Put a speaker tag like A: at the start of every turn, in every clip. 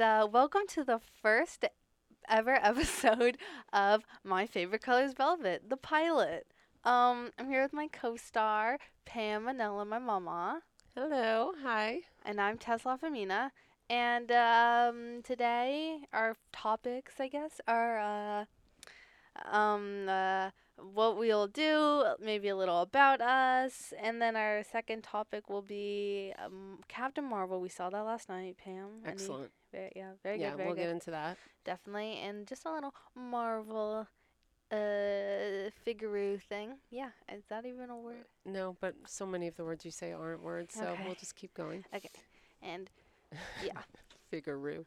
A: uh, welcome to the first ever episode of My Favorite Color is Velvet, the pilot. Um, I'm here with my co-star Pam Manella, my mama,
B: Hello. Hi.
A: and I'm Tesla Femina. And um, today our topics, I guess, are uh, um, uh, what we'll do, maybe a little about us, and then our second topic will be um, Captain Marvel. We saw that last night, Pam. Any-
B: Excellent.
A: Very, yeah, very
B: yeah,
A: good. Very
B: we'll
A: good.
B: get into that.
A: Definitely, and just a little Marvel uh figaro thing. Yeah, is that even a word?
B: No, but so many of the words you say aren't words, so
A: Okay.
B: we'll just keep going.
A: Okay. And
B: Figaro.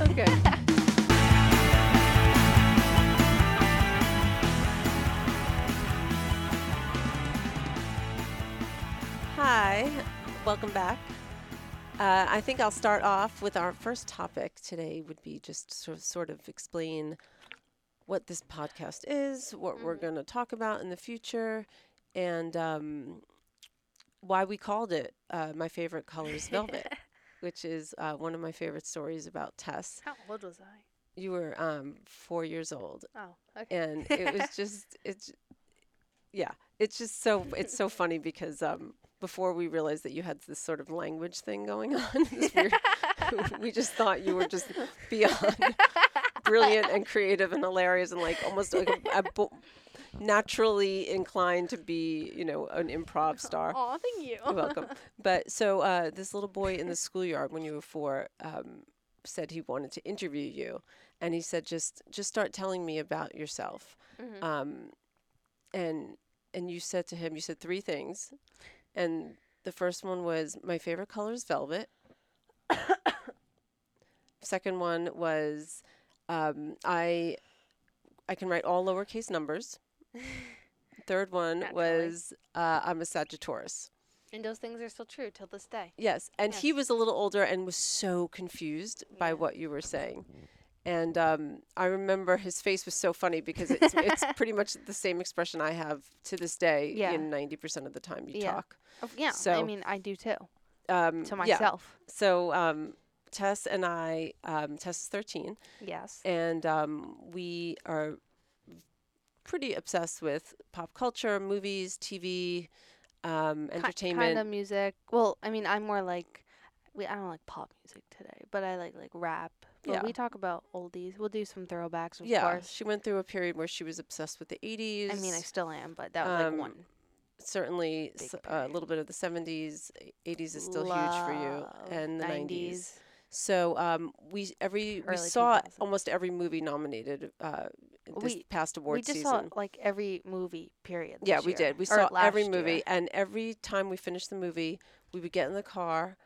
B: okay. Hi. Welcome back. Uh, I think I'll start off with our first topic today would be just sort of, sort of explain what this podcast is, what we're
A: Mhm.
B: going to talk about in the future, and um, why we called it uh, My Favorite Color is Velvet, which is uh, one of my favorite stories about Tess.
A: how old was I?
B: You were um, four years old,
A: Oh, okay.
B: and it was just it's yeah it's just so it's so funny because um before we realized that you had this sort of language thing going on this weird- we just thought you were just beyond brilliant and creative and hilarious and like almost like a, a bo- naturally inclined to be you know an improv star
A: Aw, thank you.
B: you're welcome. But so uh, this little boy in the schoolyard when you were four um, said he wanted to interview you, and he said just just start telling me about yourself.
A: Mhm.
B: Um, and and you said to him you said three things, and the first one was my favorite color is velvet. Second one was um, I I can write all lowercase numbers. Third one
A: Naturally.
B: was uh, I'm a Sagittarius.
A: And those things are still true till this day.
B: Yes, and he
A: Yes.
B: was a little older and was so confused by
A: Yeah.
B: what you were saying. And um, I remember his face was so funny because it's, it's pretty much the same expression I have to this day
A: Yeah.
B: in 90% of the time you
A: Yeah.
B: talk.
A: Oh, yeah, I
B: So-
A: mean, I do too.
B: Um,
A: To
B: Yeah.
A: myself.
B: So um, Tess and I, um, Tess is 13,
A: Yes.
B: and um, we are pretty obsessed with pop culture, movies, TV, um, entertainment.
A: Kind of music. Well, I mean, I'm more like we, I don't like pop music today, but I like like rap. But
B: Yeah.
A: we talk about oldies. We'll do some throwbacks, of
B: yeah,
A: course.
B: she went through a period where she was obsessed with the 80s.
A: I mean, I still am, but that was
B: um,
A: like one.
B: certainly
A: Big
B: s- uh, a little bit of the 70s 80s is still huge for you
A: Love
B: and the 90s, so um, we every we
A: Early
B: saw
A: 2000s.
B: almost every movie nominated uh, this
A: We-
B: past
A: We
B: award
A: just
B: season
A: saw like every movie period.
B: yeah
A: this
B: we
A: year,
B: did we
A: or
B: saw every
A: last
B: movie
A: year.
B: and every time we finished the movie we would get in the car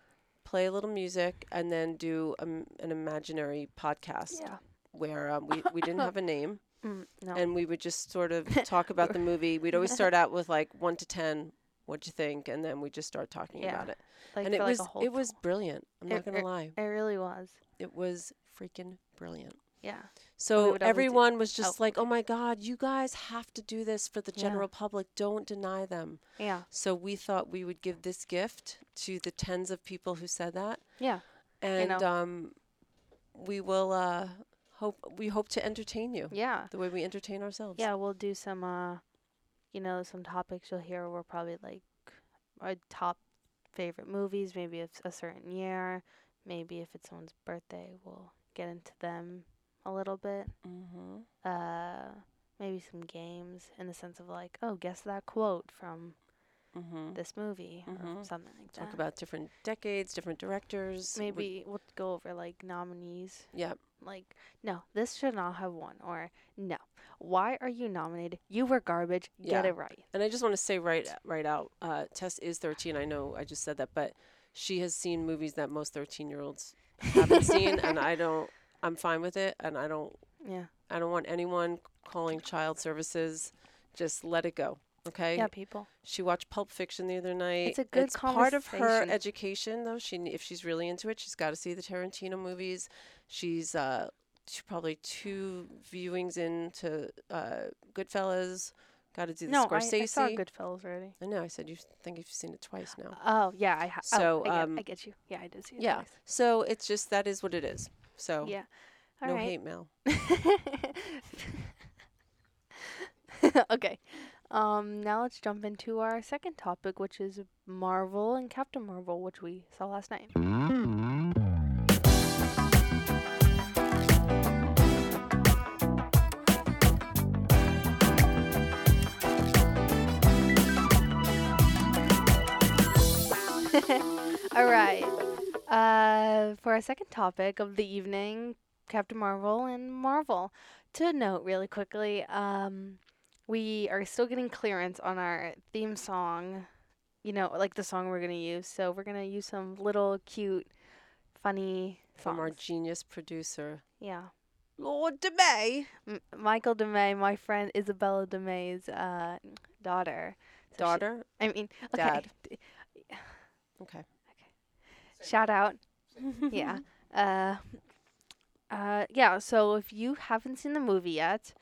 B: play a little music and then do um, an imaginary podcast
A: Yeah.
B: where um, we, we didn't have a name
A: Mm, no.
B: and we would just sort of talk about the movie. We'd always start out with like one to ten, what'd you think, and then we just start talking
A: Yeah,
B: about it.
A: like,
B: and it
A: for, like,
B: was
A: a whole
B: it was brilliant. I'm
A: It-
B: not gonna lie,
A: It really was.
B: it was freaking brilliant.
A: Yeah.
B: So
A: would always do-
B: everyone was
A: Oh,
B: just like, "Oh my God, you guys have to do this for the
A: Yeah.
B: general public. Don't deny them."
A: Yeah.
B: So we thought we would give this gift to the tens of people who said that,
A: Yeah.
B: and
A: know.
B: um, we will uh, hope we hope to entertain you
A: Yeah.
B: the way we entertain ourselves.
A: Yeah. We'll do some, uh, you know, some topics you'll hear. We're probably like our top favorite movies, maybe of a certain year. Maybe if it's someone's birthday, we'll get into them a little bit.
B: Mm-hmm.
A: Uh, maybe some games in the sense of like, oh, guess that quote from
B: Mm-hmm.
A: this movie or
B: Mhm.
A: something like that.
B: talk about different decades, different directors. we-
A: Maybe we'll go over like nominees.
B: yeah,
A: Like, no, this should not have won. Or, no, why are you nominated? You were garbage. Get
B: Yeah.
A: it right.
B: and I just want to say right right out, uh, Tess is 13. I know I just said that, but she has seen movies that most 13 year olds haven't seen, and I don't. I'm fine with it, and I don't.
A: Yeah.
B: I don't want anyone calling child services. Just let it go. Okay.
A: Yeah, people.
B: She watched Pulp Fiction the other night.
A: a good
B: it's part of her
A: conversation.
B: education, though. She, if she's really into it, she's got to see the Tarantino movies. She's uh, t- probably two viewings into uh, Goodfellas. Got to do the
A: No, I,
B: Scorsese.
A: I saw Goodfellas already.
B: I know. I said you think you've seen it twice now.
A: Oh yeah, I ha-
B: So,
A: oh, I, get,
B: um,
A: I get you. Yeah, I did see it.
B: yeah.
A: twice.
B: So it's just that is what it is. So
A: Yeah. All
B: no
A: right.
B: hate mail.
A: okay. Um, now let's jump into our second topic, which is Marvel and Captain Marvel, which we saw last night. All right. Uh, for our second topic of the evening, Captain Marvel and Marvel. To note really quickly, um, we are still getting clearance on our theme song, you know, like the song we're going to use. So we're going to use some little cute, funny songs.
B: From our genius producer,
A: yeah.
B: Lord DeMay.
A: M- Michael DeMay, my friend Isabella DeMay's uh, daughter. So she-
B: Daughter.
A: I mean, okay.
B: Dad. Okay. Mm-hmm.
A: Shout out. yeah. Uh, uh, yeah. So if you haven't seen the movie yet,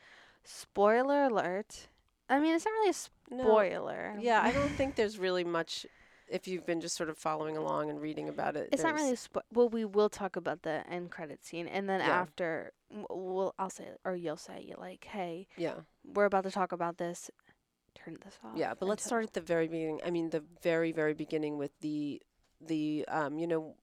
A: spoiler alert. I mean, it's not really a
B: No.
A: spoiler.
B: Yeah, I don't think there's really much. If you've been just sort of following along and reading about it,
A: It's not
B: there's-
A: really a spo- well. We will talk about the end credit scene, and then
B: Yeah.
A: after, w- we'll I'll say or you'll say like, "Hey,
B: Yeah,
A: we're about to talk about this. Turn this off."
B: yeah. But
A: and
B: let's
A: turn-
B: start at the very beginning. I mean, the very, very beginning with the the um, you know,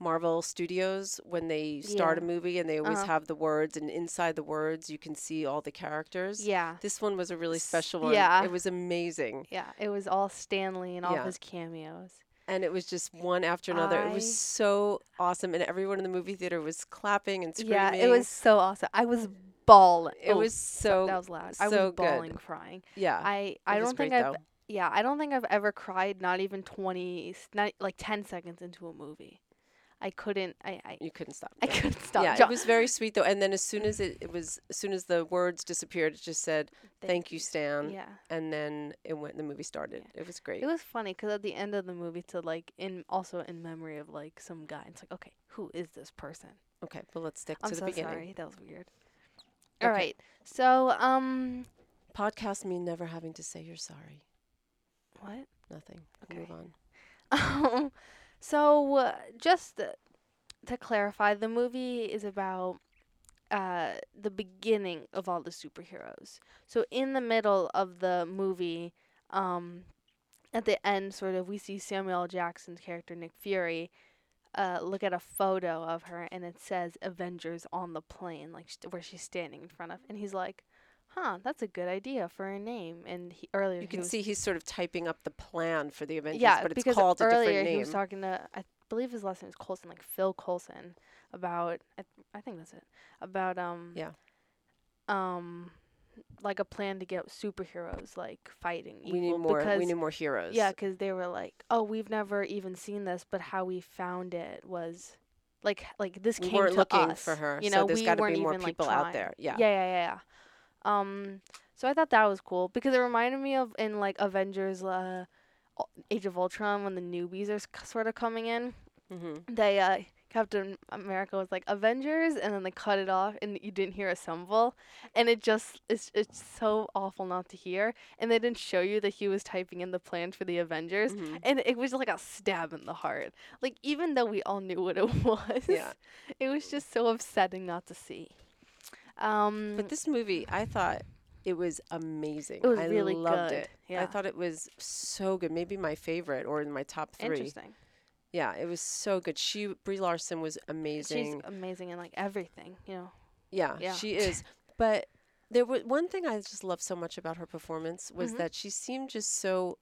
B: Marvel Studios when they start
A: Yeah.
B: a movie and they always
A: Uh-huh.
B: have the words, and inside the words you can see all the characters.
A: Yeah,
B: This one was a really
A: S-
B: special one.
A: yeah.
B: It was amazing.
A: yeah. It was all Stanley and all
B: Yeah.
A: of his cameos.
B: And it was just one after another. It
A: I-
B: was so awesome. And everyone in the movie theater was clapping and screaming.
A: Yeah, it was so awesome. I was bawling.
B: It
A: Oh,
B: was so,
A: that was loud. I
B: so
A: was
B: good.
A: bawling, crying.
B: yeah.
A: I I
B: It was
A: don't think
B: great,
A: I've
B: though.
A: yeah I don't think I've ever cried not even twenty s- not like ten seconds into a movie. I couldn't I I,
B: You couldn't stop.
A: I
B: yeah.
A: couldn't stop.
B: Yeah,
A: Jo-
B: it was very sweet though. And then as soon as it, it was, as soon as the words disappeared, it just said, "Thank, you, Stan."
A: Yeah,
B: And then it went. The movie started. It was great.
A: it was funny because at the end of the movie, to like in also in memory of like some guy. It's like okay, who is this person?
B: okay, but let's stick
A: I'm
B: to the
A: so
B: beginning.
A: sorry, that was weird. All
B: Okay.
A: right, so um,
B: Podcast me never having to say you're sorry.
A: what?
B: Nothing.
A: Okay.
B: Move on.
A: Um, so uh, just uh, to clarify, the movie is about uh, the beginning of all the superheroes. So in the middle of the movie, um, at the end, sort of, we see Samuel L. Jackson's character Nick Fury. Uh, look at a photo of her, and it says "Avengers" on the plane, like sh- where she's standing in front of. And he's like, "Huh, that's a good idea for a name." And he, earlier,
B: You
A: he
B: can
A: was
B: see he's sort of typing up the plan for the Avengers,
A: yeah,
B: but it's
A: because
B: called a
A: earlier
B: different
A: he
B: name.
A: was talking to I believe his last name is Colson, like Phil Colson, about I, th- I think that's it. About um
B: Yeah.
A: um like a plan to get superheroes like fighting
B: we need
A: evil
B: more.
A: because
B: We need more heroes.
A: yeah, because they were like, oh, we've never even seen this, but how we found it was like like this
B: we
A: came
B: weren't
A: to
B: looking
A: us.
B: for her.
A: You
B: so
A: know,
B: there's
A: we
B: got to
A: weren't
B: be more
A: even
B: people
A: like
B: out
A: trying.
B: there. Yeah.
A: yeah, yeah, yeah, yeah. Um, so I thought that was cool because it reminded me of in like Avengers, uh, Ul- Age of Ultron when the newbies are sort of coming in.
B: Mm-hmm.
A: They uh, Captain America was like Avengers, and then they cut it off, and you didn't hear a symbol, and it just it's it's so awful not to hear. And they didn't show you that he was typing in the plan for the Avengers,
B: Mhm.
A: and it was like a stab in the heart. Like even though we all knew what it was,
B: Yeah.
A: it was just so upsetting not to see. Um,
B: But this movie, I thought it was amazing.
A: it was
B: I
A: really
B: loved
A: good.
B: it.
A: Yeah,
B: I thought it was so good. Maybe my favorite or in my top three.
A: interesting.
B: Yeah, it was so good. She Brie Larson was
A: She's
B: amazing.
A: amazing in like everything, you know.
B: yeah,
A: yeah.
B: she is. But there was one thing I just loved so much about her performance was
A: Mhm.
B: that she seemed just so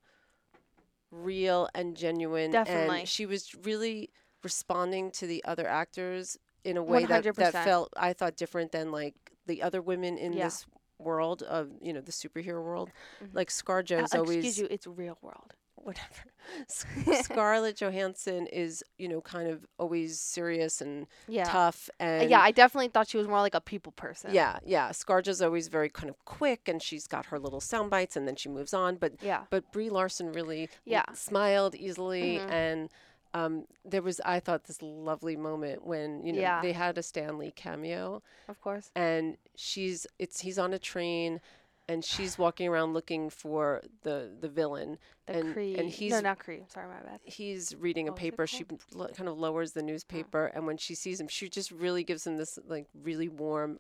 B: real and genuine,
A: Definitely.
B: and she was really responding to the other actors in a way that, that
A: 100%.
B: felt I thought different than like the other women in
A: Yeah.
B: this world of you know the superhero world.
A: Mhm.
B: Like ScarJo's
A: Uh,
B: always
A: excuse you, it's real world.
B: whatever. S- Scarlett Johansson is, you know, kind of always serious and
A: Yeah.
B: tough
A: Uh,
B: and
A: yeah, I definitely thought she was more like a people person.
B: yeah, yeah. Scarja's always very kind of quick and she's got her little sound bites and then she moves on, but
A: Yeah.
B: but Brie Larson really l-
A: Yeah.
B: smiled easily
A: Mhm.
B: and um, there was I thought this lovely moment when, you know,
A: Yeah.
B: they had a Stanley cameo
A: Of course.
B: and she's it's he's on a train and she's walking around looking for the the villain
A: The
B: and
A: Cree.
B: and he's
A: no, not Cree. Sorry, my bad.
B: he's reading a
A: What was Oh, it
B: paper she
A: called?
B: l- kind of lowers the newspaper and when she sees him she just really gives him this like really warm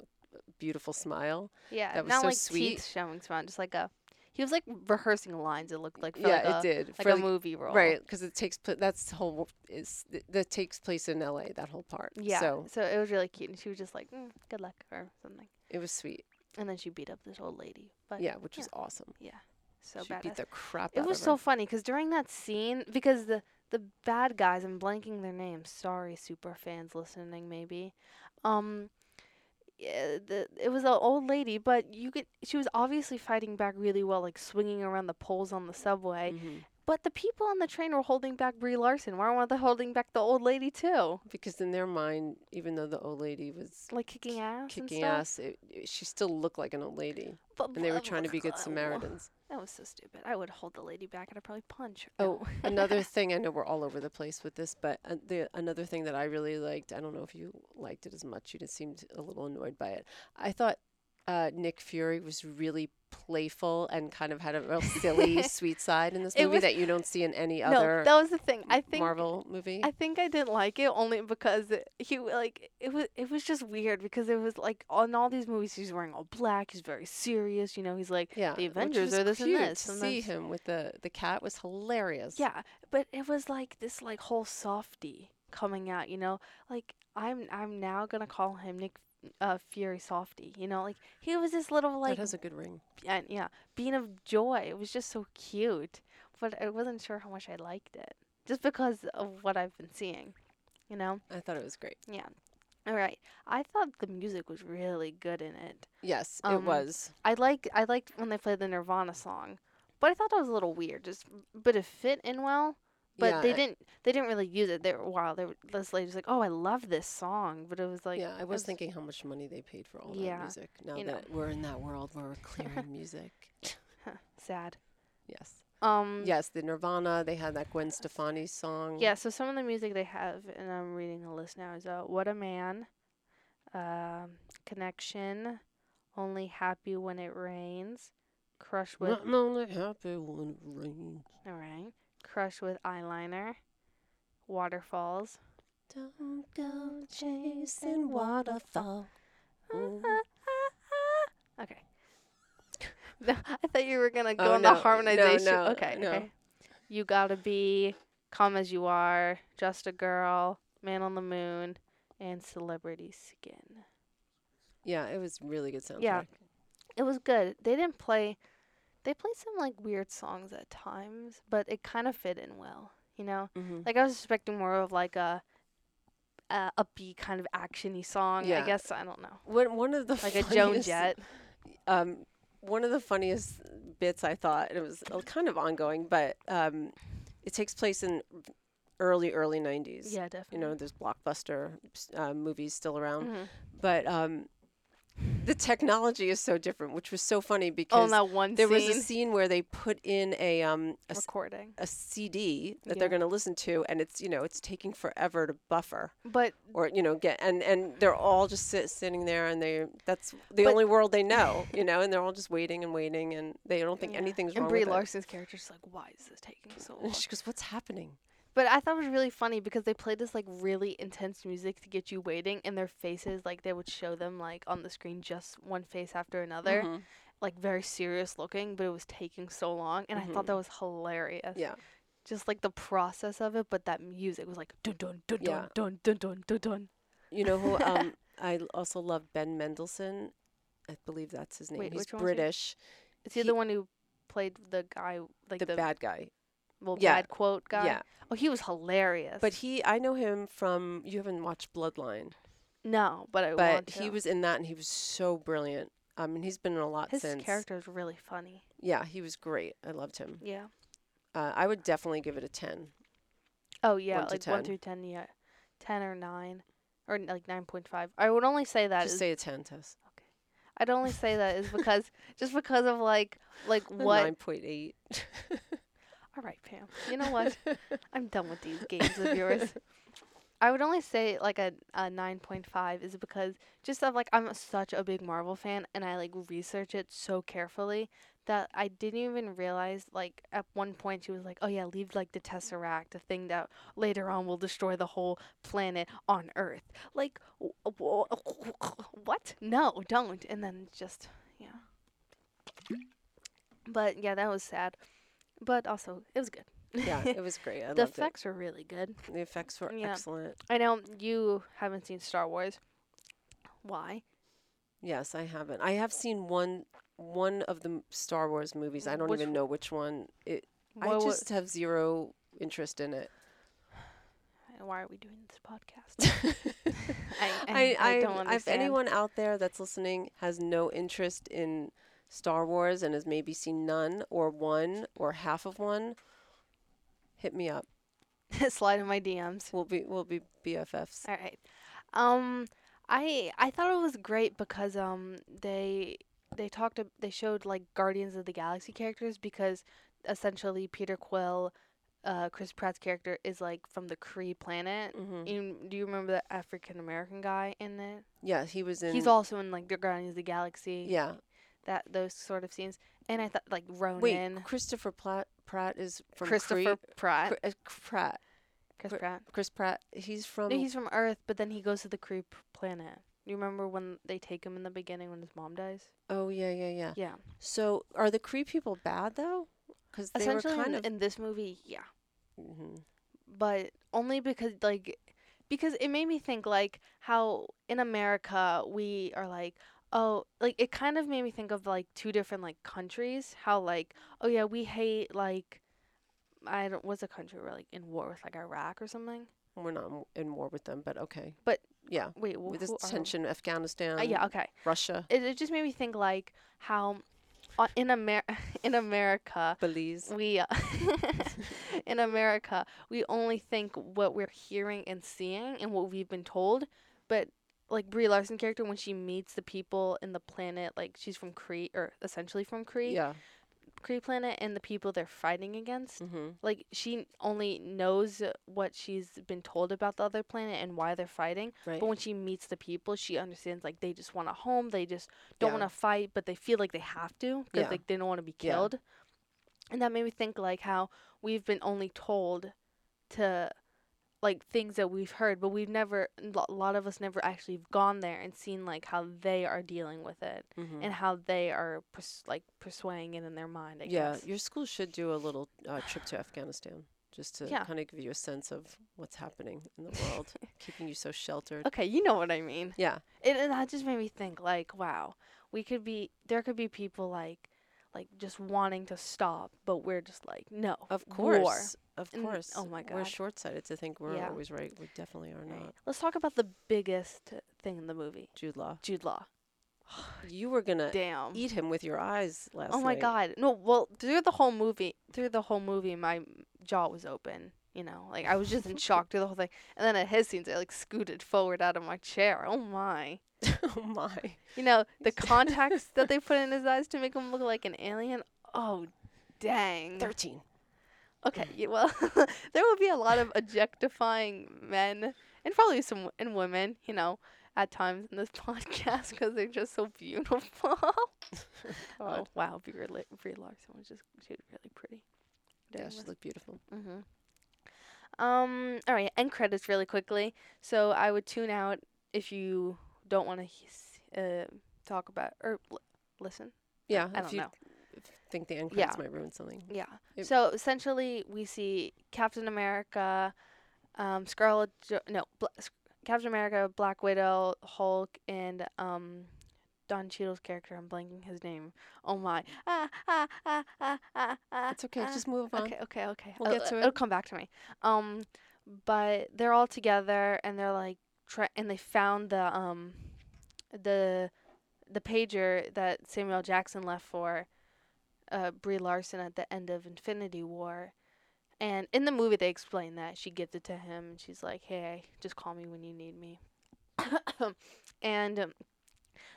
B: beautiful smile
A: Yeah,
B: That was
A: not
B: so
A: like
B: sweet.
A: teeth showing smile, just like a. He was like rehearsing lines. It looked like for
B: yeah
A: like
B: it
A: a,
B: did
A: like
B: For
A: a
B: the-
A: movie role.
B: right because it takes pla- that's the whole is that takes place in la that whole part
A: Yeah.
B: so
A: So. it was really cute, and she was just like, mm, "Good luck" or something,
B: it was sweet
A: and then she beat up this old lady. But
B: yeah which
A: yeah.
B: was awesome
A: so
B: she
A: bad.
B: beat the crap out
A: It was
B: of
A: so
B: her.
A: funny because during that scene, because the the bad guys, I'm blanking their names. Sorry, super fans listening, maybe. Um, yeah, the it was an old lady, but you could. She was obviously fighting back really well, like swinging around the poles on the subway.
B: Mhm.
A: But the people on the train were holding back Brie Larson. Why weren't they holding back the old lady too?
B: because in their mind even though the old lady was
A: Like kicking ass.
B: kicking
A: and stuff.
B: ass it, it- she still looked like an old lady
A: But
B: and they were
A: blah,
B: trying to be good
A: blah, blah.
B: samaritans
A: That was so stupid. I would hold the lady back and I'd probably punch. her.
B: Oh, another thing I know we're all over the place with this, but uh, the another thing that I really liked, I don't know if you liked it as much, you just seemed a little annoyed by it. I thought uh, Nick Fury was really playful and kind of had a real silly, sweet side in this
A: It
B: movie
A: was-
B: that you don't see in any
A: no,
B: other
A: that was the thing. I think
B: Marvel movie.
A: I think I didn't like it only because it, he like it was it was just weird because it was like on all these movies he's wearing all black. He's very serious. You know, he's like
B: yeah,
A: the
B: which
A: Avengers
B: was
A: are this and
B: cute
A: this,
B: To see
A: sometimes-
B: him with the the cat was hilarious.
A: yeah, but it was like this like whole softy coming out. You know, like I'm I'm now gonna call him Nick. Uh, Fury softy, you know, like he was this little like
B: that has a good ring.
A: and yeah, bean of joy. It was just so cute, but I wasn't sure how much I liked it just because of what I've been seeing, you know.
B: I thought it was great.
A: All right, I thought the music was really good in it.
B: Yes, it
A: Um,
B: was.
A: I like I liked when they played the Nirvana song, but I thought that was a little weird. Just but it fit in well. But
B: yeah,
A: they
B: I-
A: didn't they didn't really use it. They were wow. They were, this lady was like, oh, I love this song, but it was like
B: yeah, I
A: it
B: was thinking how much money they paid for all
A: Yeah,
B: that music. Now
A: you know.
B: that we're in that world where we're clearing music.
A: sad.
B: Yes.
A: Um.
B: Yes, the Nirvana, they had that Gwen Stefani song.
A: Yeah, so some of the music they have, and I'm reading the list now, is uh, What a Man, um, Connection, Only Happy When It Rains, Crush with,
B: I'm only happy when it rains.
A: all right, Crush with Eyeliner, Waterfalls,
B: Don't go chasing waterfall. Mm.
A: okay. No, I thought you were gonna go
B: Oh,
A: on
B: no,
A: the
B: no,
A: harmonization.
B: no,
A: okay,
B: no.
A: okay. You gotta be calm as you are, just a girl, man on the moon, and celebrity skin.
B: Yeah, it was really good soundtrack.
A: Yeah. it was good. They didn't play they played some like weird songs at times, but it kind of fit in well, you know?
B: hmm
A: Like I was expecting more of like a uh, upbeat kind of actiony song. I
B: Yeah.
A: guess I don't know.
B: One, one of the
A: Like a Joan
B: funniest-
A: Jett.
B: um, one of the funniest bits I thought, and it was uh, kind of ongoing, but um, it takes place in early, early 90s.
A: Yeah, definitely.
B: You know, there's blockbuster uh, movies still around,
A: Mhm.
B: but um, the technology is so different, which was so funny
A: Oh,
B: because
A: and that one
B: there was
A: scene
B: a scene where they put in a um a, s-
A: recording.
B: a CD that
A: Yeah.
B: they're going to listen to, and it's you know it's taking forever to buffer
A: But
B: or you know get and and they're all just sit, sitting there and they that's the
A: But-
B: only world they know you know and they're all just waiting and waiting and they don't think
A: Yeah.
B: anything's
A: and
B: wrong
A: Brie
B: with
A: Larson's character's like, why is this taking so
B: it.
A: long?
B: And she goes, "What's happening?"
A: But I thought it was really funny because they played this like really intense music to get you waiting, and their faces like they would show them like on the screen just one face after another.
B: Mhm.
A: like very serious looking, but it was taking so long, and I thought that was hilarious.
B: Mm-hmm. Yeah.
A: Just like the process of it, but that music was like dun dun dun
B: Yeah.
A: dun dun dun dun dun.
B: You know who? Um, I l- also love Ben Mendelsohn. I believe that's his name.
A: Wait,
B: He's
A: which one's he?
B: British.
A: Is he,
B: He-
A: the one who played the guy like the,
B: the, bad guy.
A: well,
B: yeah.
A: bad quote guy?
B: Yeah,
A: Oh, he was hilarious.
B: but he. I know him from. You haven't watched Bloodline,
A: no, but I
B: but
A: want
B: he
A: to.
B: was in that, and he was so brilliant. I mean, he's been in a lot
A: his
B: since.
A: character is really funny.
B: Yeah, he was great. I loved him.
A: Yeah.
B: Uh, I would definitely give it a ten.
A: Oh yeah,
B: One to
A: like one
B: 10.
A: through ten. Yeah, ten or nine, or n- like nine point five. I would only say that
B: Just
A: is-
B: say a ten, Tess.
A: I'd only say that is because just because of like like what
B: Nine point eight.
A: All right, Pam. You know what? I'm done with these games of yours. I would only say like a, a 9.5 is because just of like I'm such a big Marvel fan and I like research it so carefully that I didn't even realize like at one point she was like, "Oh yeah, leave like the Tesseract, the thing that later on will destroy the whole planet on Earth." Like w- w- what? No, don't. And then just yeah. But yeah, that was sad. But also, it was good.
B: Yeah, it was great. I
A: the
B: loved
A: effects were really good.
B: it. The effects were
A: Yeah.
B: excellent.
A: I know you haven't seen Star Wars. Why?
B: Yes, I haven't. I have seen one one of the m- Star Wars movies. I don't
A: Which
B: even know which one. It.
A: Why
B: I
A: wa-
B: just have zero interest in it.
A: why are we doing this podcast? I,
B: I,
A: I, I, don't
B: I'm-
A: understand.
B: If anyone out there that's listening has no interest in Star Wars and has maybe seen none or one or half of one, hit me up.
A: slide in my DMs.
B: We'll be we'll be BFFs.
A: All right. Um, I I thought it was great because um they they talked ab- they showed like Guardians of the Galaxy characters because essentially Peter Quill, uh, Chris Pratt's character is like from the Kree planet.
B: hmm
A: You, do you remember the African American guy in it?
B: Yeah, he was in.
A: He's also in like the Guardians of the Galaxy.
B: yeah.
A: That those sort of scenes. And I thought like Ronan,
B: Wait, Christopher Platt, Pratt is from
A: Christopher Pratt,
B: Cree, Cr- uh, Pratt.
A: Chris
B: Cr-
A: Pratt.
B: Chris Pratt. He's from.
A: No, he's from Earth, but then he goes to the Kree p- planet. You remember when they take him in the beginning when his mom dies?
B: oh yeah, yeah, yeah.
A: Yeah.
B: So are the Cree people bad though? Because they were
A: Essentially,
B: kind
A: in,
B: of.
A: in this movie, yeah,
B: hmm
A: but only because like, because it made me think like how in America we are like. Oh, like it kind of made me think of like two different like countries. How like, oh yeah, we hate like, I don't. What's a country we're like in war with like Iraq or something?
B: We're not in- in war with them, but okay.
A: But
B: yeah,
A: Wait, wh-
B: with this
A: who are-
B: tension, um, Afghanistan,
A: Uh, yeah, okay.
B: Russia,
A: It, it just made me think like how, uh, in Amer in America,
B: Belize.
A: we uh, in America we only think what we're hearing and seeing and what we've been told, but like Brie Larson character when she meets the people in the planet, like she's from Cree or essentially from Cree,
B: Yeah.
A: Cree planet, and the people they're fighting against.
B: Mm-hmm.
A: Like she only knows what she's been told about the other planet and why they're fighting.
B: Right.
A: But when she meets the people, she understands like they just want a home. They just don't
B: Yeah.
A: want to fight, but they feel like they have to because
B: Yeah.
A: like they don't want to be
B: Yeah.
A: killed. And that made me think like how we've been only told to like things that we've heard, but we've never lo- a lot of us never actually have gone there and seen like how they are dealing with it
B: Mhm.
A: and how they are pers- like persuading it in their mind. I
B: yeah,
A: guess.
B: your school should do a little uh, trip to Afghanistan just to
A: Yeah.
B: kind of give you a sense of what's happening in the world, keeping you so sheltered.
A: Okay, you know what I mean.
B: Yeah,
A: it, and that just made me think like wow we could be there could be people like like just wanting to stop but we're just like no
B: of
A: war.
B: course. Of
A: And-
B: course.
A: oh my
B: We're
A: God.
B: short sighted to think we're
A: Yeah.
B: always right. We definitely are
A: Right.
B: not.
A: let's talk about the biggest thing in the movie
B: Jude Law.
A: jude law
B: You were going to
A: damn
B: eat him with your eyes last night.
A: oh my god no well through the whole movie through the whole movie my jaw was open you know like i was just in shock through the whole thing and then at his scenes i like scooted forward out of my chair oh my
B: oh my.
A: you know the contacts that they put in his eyes to make him look like an alien oh dang
B: 13.
A: Okay, yeah, well, there will be a lot of objectifying men and probably some w- and women, you know, at times in this podcast because they're just so beautiful. oh
B: God.
A: wow, Brie, La- Brie Larson was just she's really pretty.
B: Yeah, she looked beautiful.
A: Mm-hmm. Um. All right, end credits really quickly. So I would tune out if you don't want to uh, talk about or l- listen.
B: Yeah,
A: I
B: if
A: don't
B: you
A: know.
B: think the end
A: Yeah.
B: credits might ruin something.
A: Yeah.
B: It-
A: so essentially, we see Captain America, um, Scarlet, jo- no, Bla- S- Captain America, Black Widow, Hulk, and um, Don Cheadle's character. I'm blanking his name. Oh my. Ah ah ah ah ah ah.
B: It's okay.
A: ah.
B: Just move on.
A: Okay, okay, okay.
B: We'll
A: It'll-
B: get to
A: It'll
B: it.
A: come back to me. Um, but they're all together, and they're like, try- and they found the um, the the pager that Samuel Jackson left for uh, Brie Larson at the end of Infinity War. And in the movie, they explain that she gives it to him, and she's like, "Hey, just call me when you need me." and um,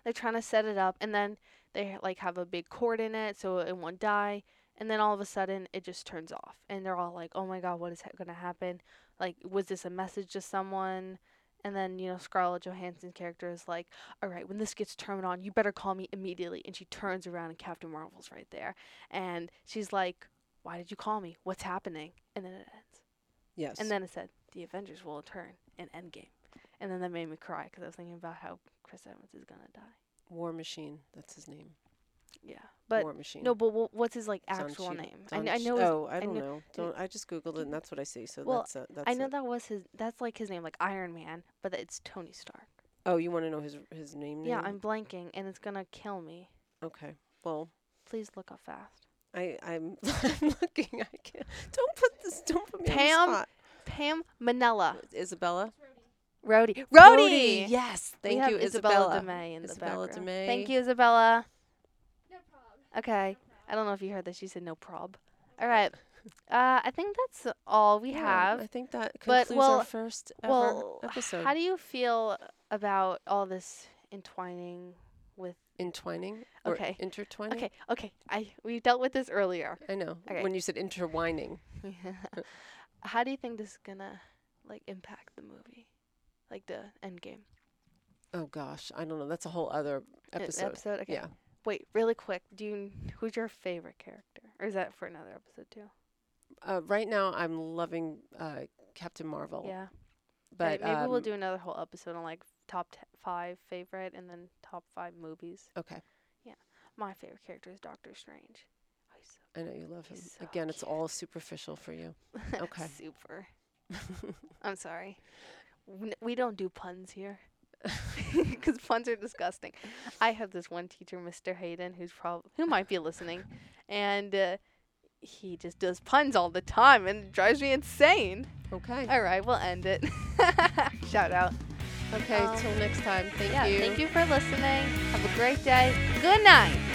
A: they're trying to set it up, and then they like have a big cord in it so it won't die. and then all of a sudden it just turns off and they're all like oh my god what is ha- going to happen like was this a message to someone and then you know scarlett johansson's character is like all right when this gets turned on you better call me immediately and she turns around and captain marvel's right there and she's like why did you call me what's happening and then it ends
B: Yes.
A: and then it said the avengers will return in endgame and then that made me cry because i was thinking about how chris evans is going to die
B: War Machine. That's his name.
A: yeah but
B: War Machine.
A: no but wh- what's his like
B: It's on
A: actual
B: Cheetah-
A: name
B: it's
A: I,
B: on
A: kn- I
B: Ch-
A: know his
B: Oh, I don't
A: kn-
B: know. Don't I just googled it and that's what I see. So
A: Well,
B: that's uh, that's.
A: I know
B: it.
A: that was his. That's like his name, like Iron Man, but that it's Tony Stark.
B: Oh, you want to know his his name?
A: Yeah,
B: name?
A: I'm blanking, and it's gonna kill me.
B: Okay. Well,
A: Please look up fast.
B: I I'm, I'm looking. I can't. Don't put this. Don't put me on
A: Pam?
B: the spot.
A: Pam Manella,
B: Isabella.
A: Rhodey.
B: Rhodey.
A: Rhodey.
B: Yes.
A: We
B: Thank
A: have
B: you,
A: Isabella
B: Isabella.
A: DeMay in
B: Isabella
A: the background. Thank
B: DeMay.
A: you, Isabella. No problem. Okay. I don't know if you heard that. She said no prob. All right. Uh, I think that's all we
B: Yeah,
A: have.
B: I think that
A: But,
B: concludes
A: well,
B: our first ever
A: Well,
B: episode.
A: how do you feel about all this entwining with?
B: Entwining. or
A: Okay.
B: Intertwining.
A: Okay, okay. I we dealt with this earlier.
B: I know.
A: Okay.
B: When you said intertwining,
A: How do you think this is gonna like impact the movie, like the end game
B: oh gosh, I don't know. That's a whole other
A: Uh,
B: episode.
A: episode? Okay.
B: Yeah.
A: Wait, really quick. Do you kn- who's your favorite character, or is that for another episode too?
B: Uh, right now, I'm loving uh, Captain Marvel.
A: Yeah.
B: But
A: Right, maybe we'll
B: um,
A: do another whole episode on like top t- five favorite and then top five movies.
B: Okay.
A: My favorite character is Doctor Strange. Oh, he's
B: I know you love him.
A: He's so
B: Again, it's
A: cute.
B: all superficial for you.
A: so
B: Okay.
A: super. I'm sorry. W- n- We don't do puns here. because puns are disgusting. I have this one teacher, Mr. Hayden, who's probably who might be listening, and uh, he just does puns all the time, and it drives me insane.
B: okay.
A: All right, we'll end it. Shout out.
B: Okay.
A: um,
B: till next time. Thank
A: yeah,
B: you.
A: thank you for listening. Have a great day. Good night.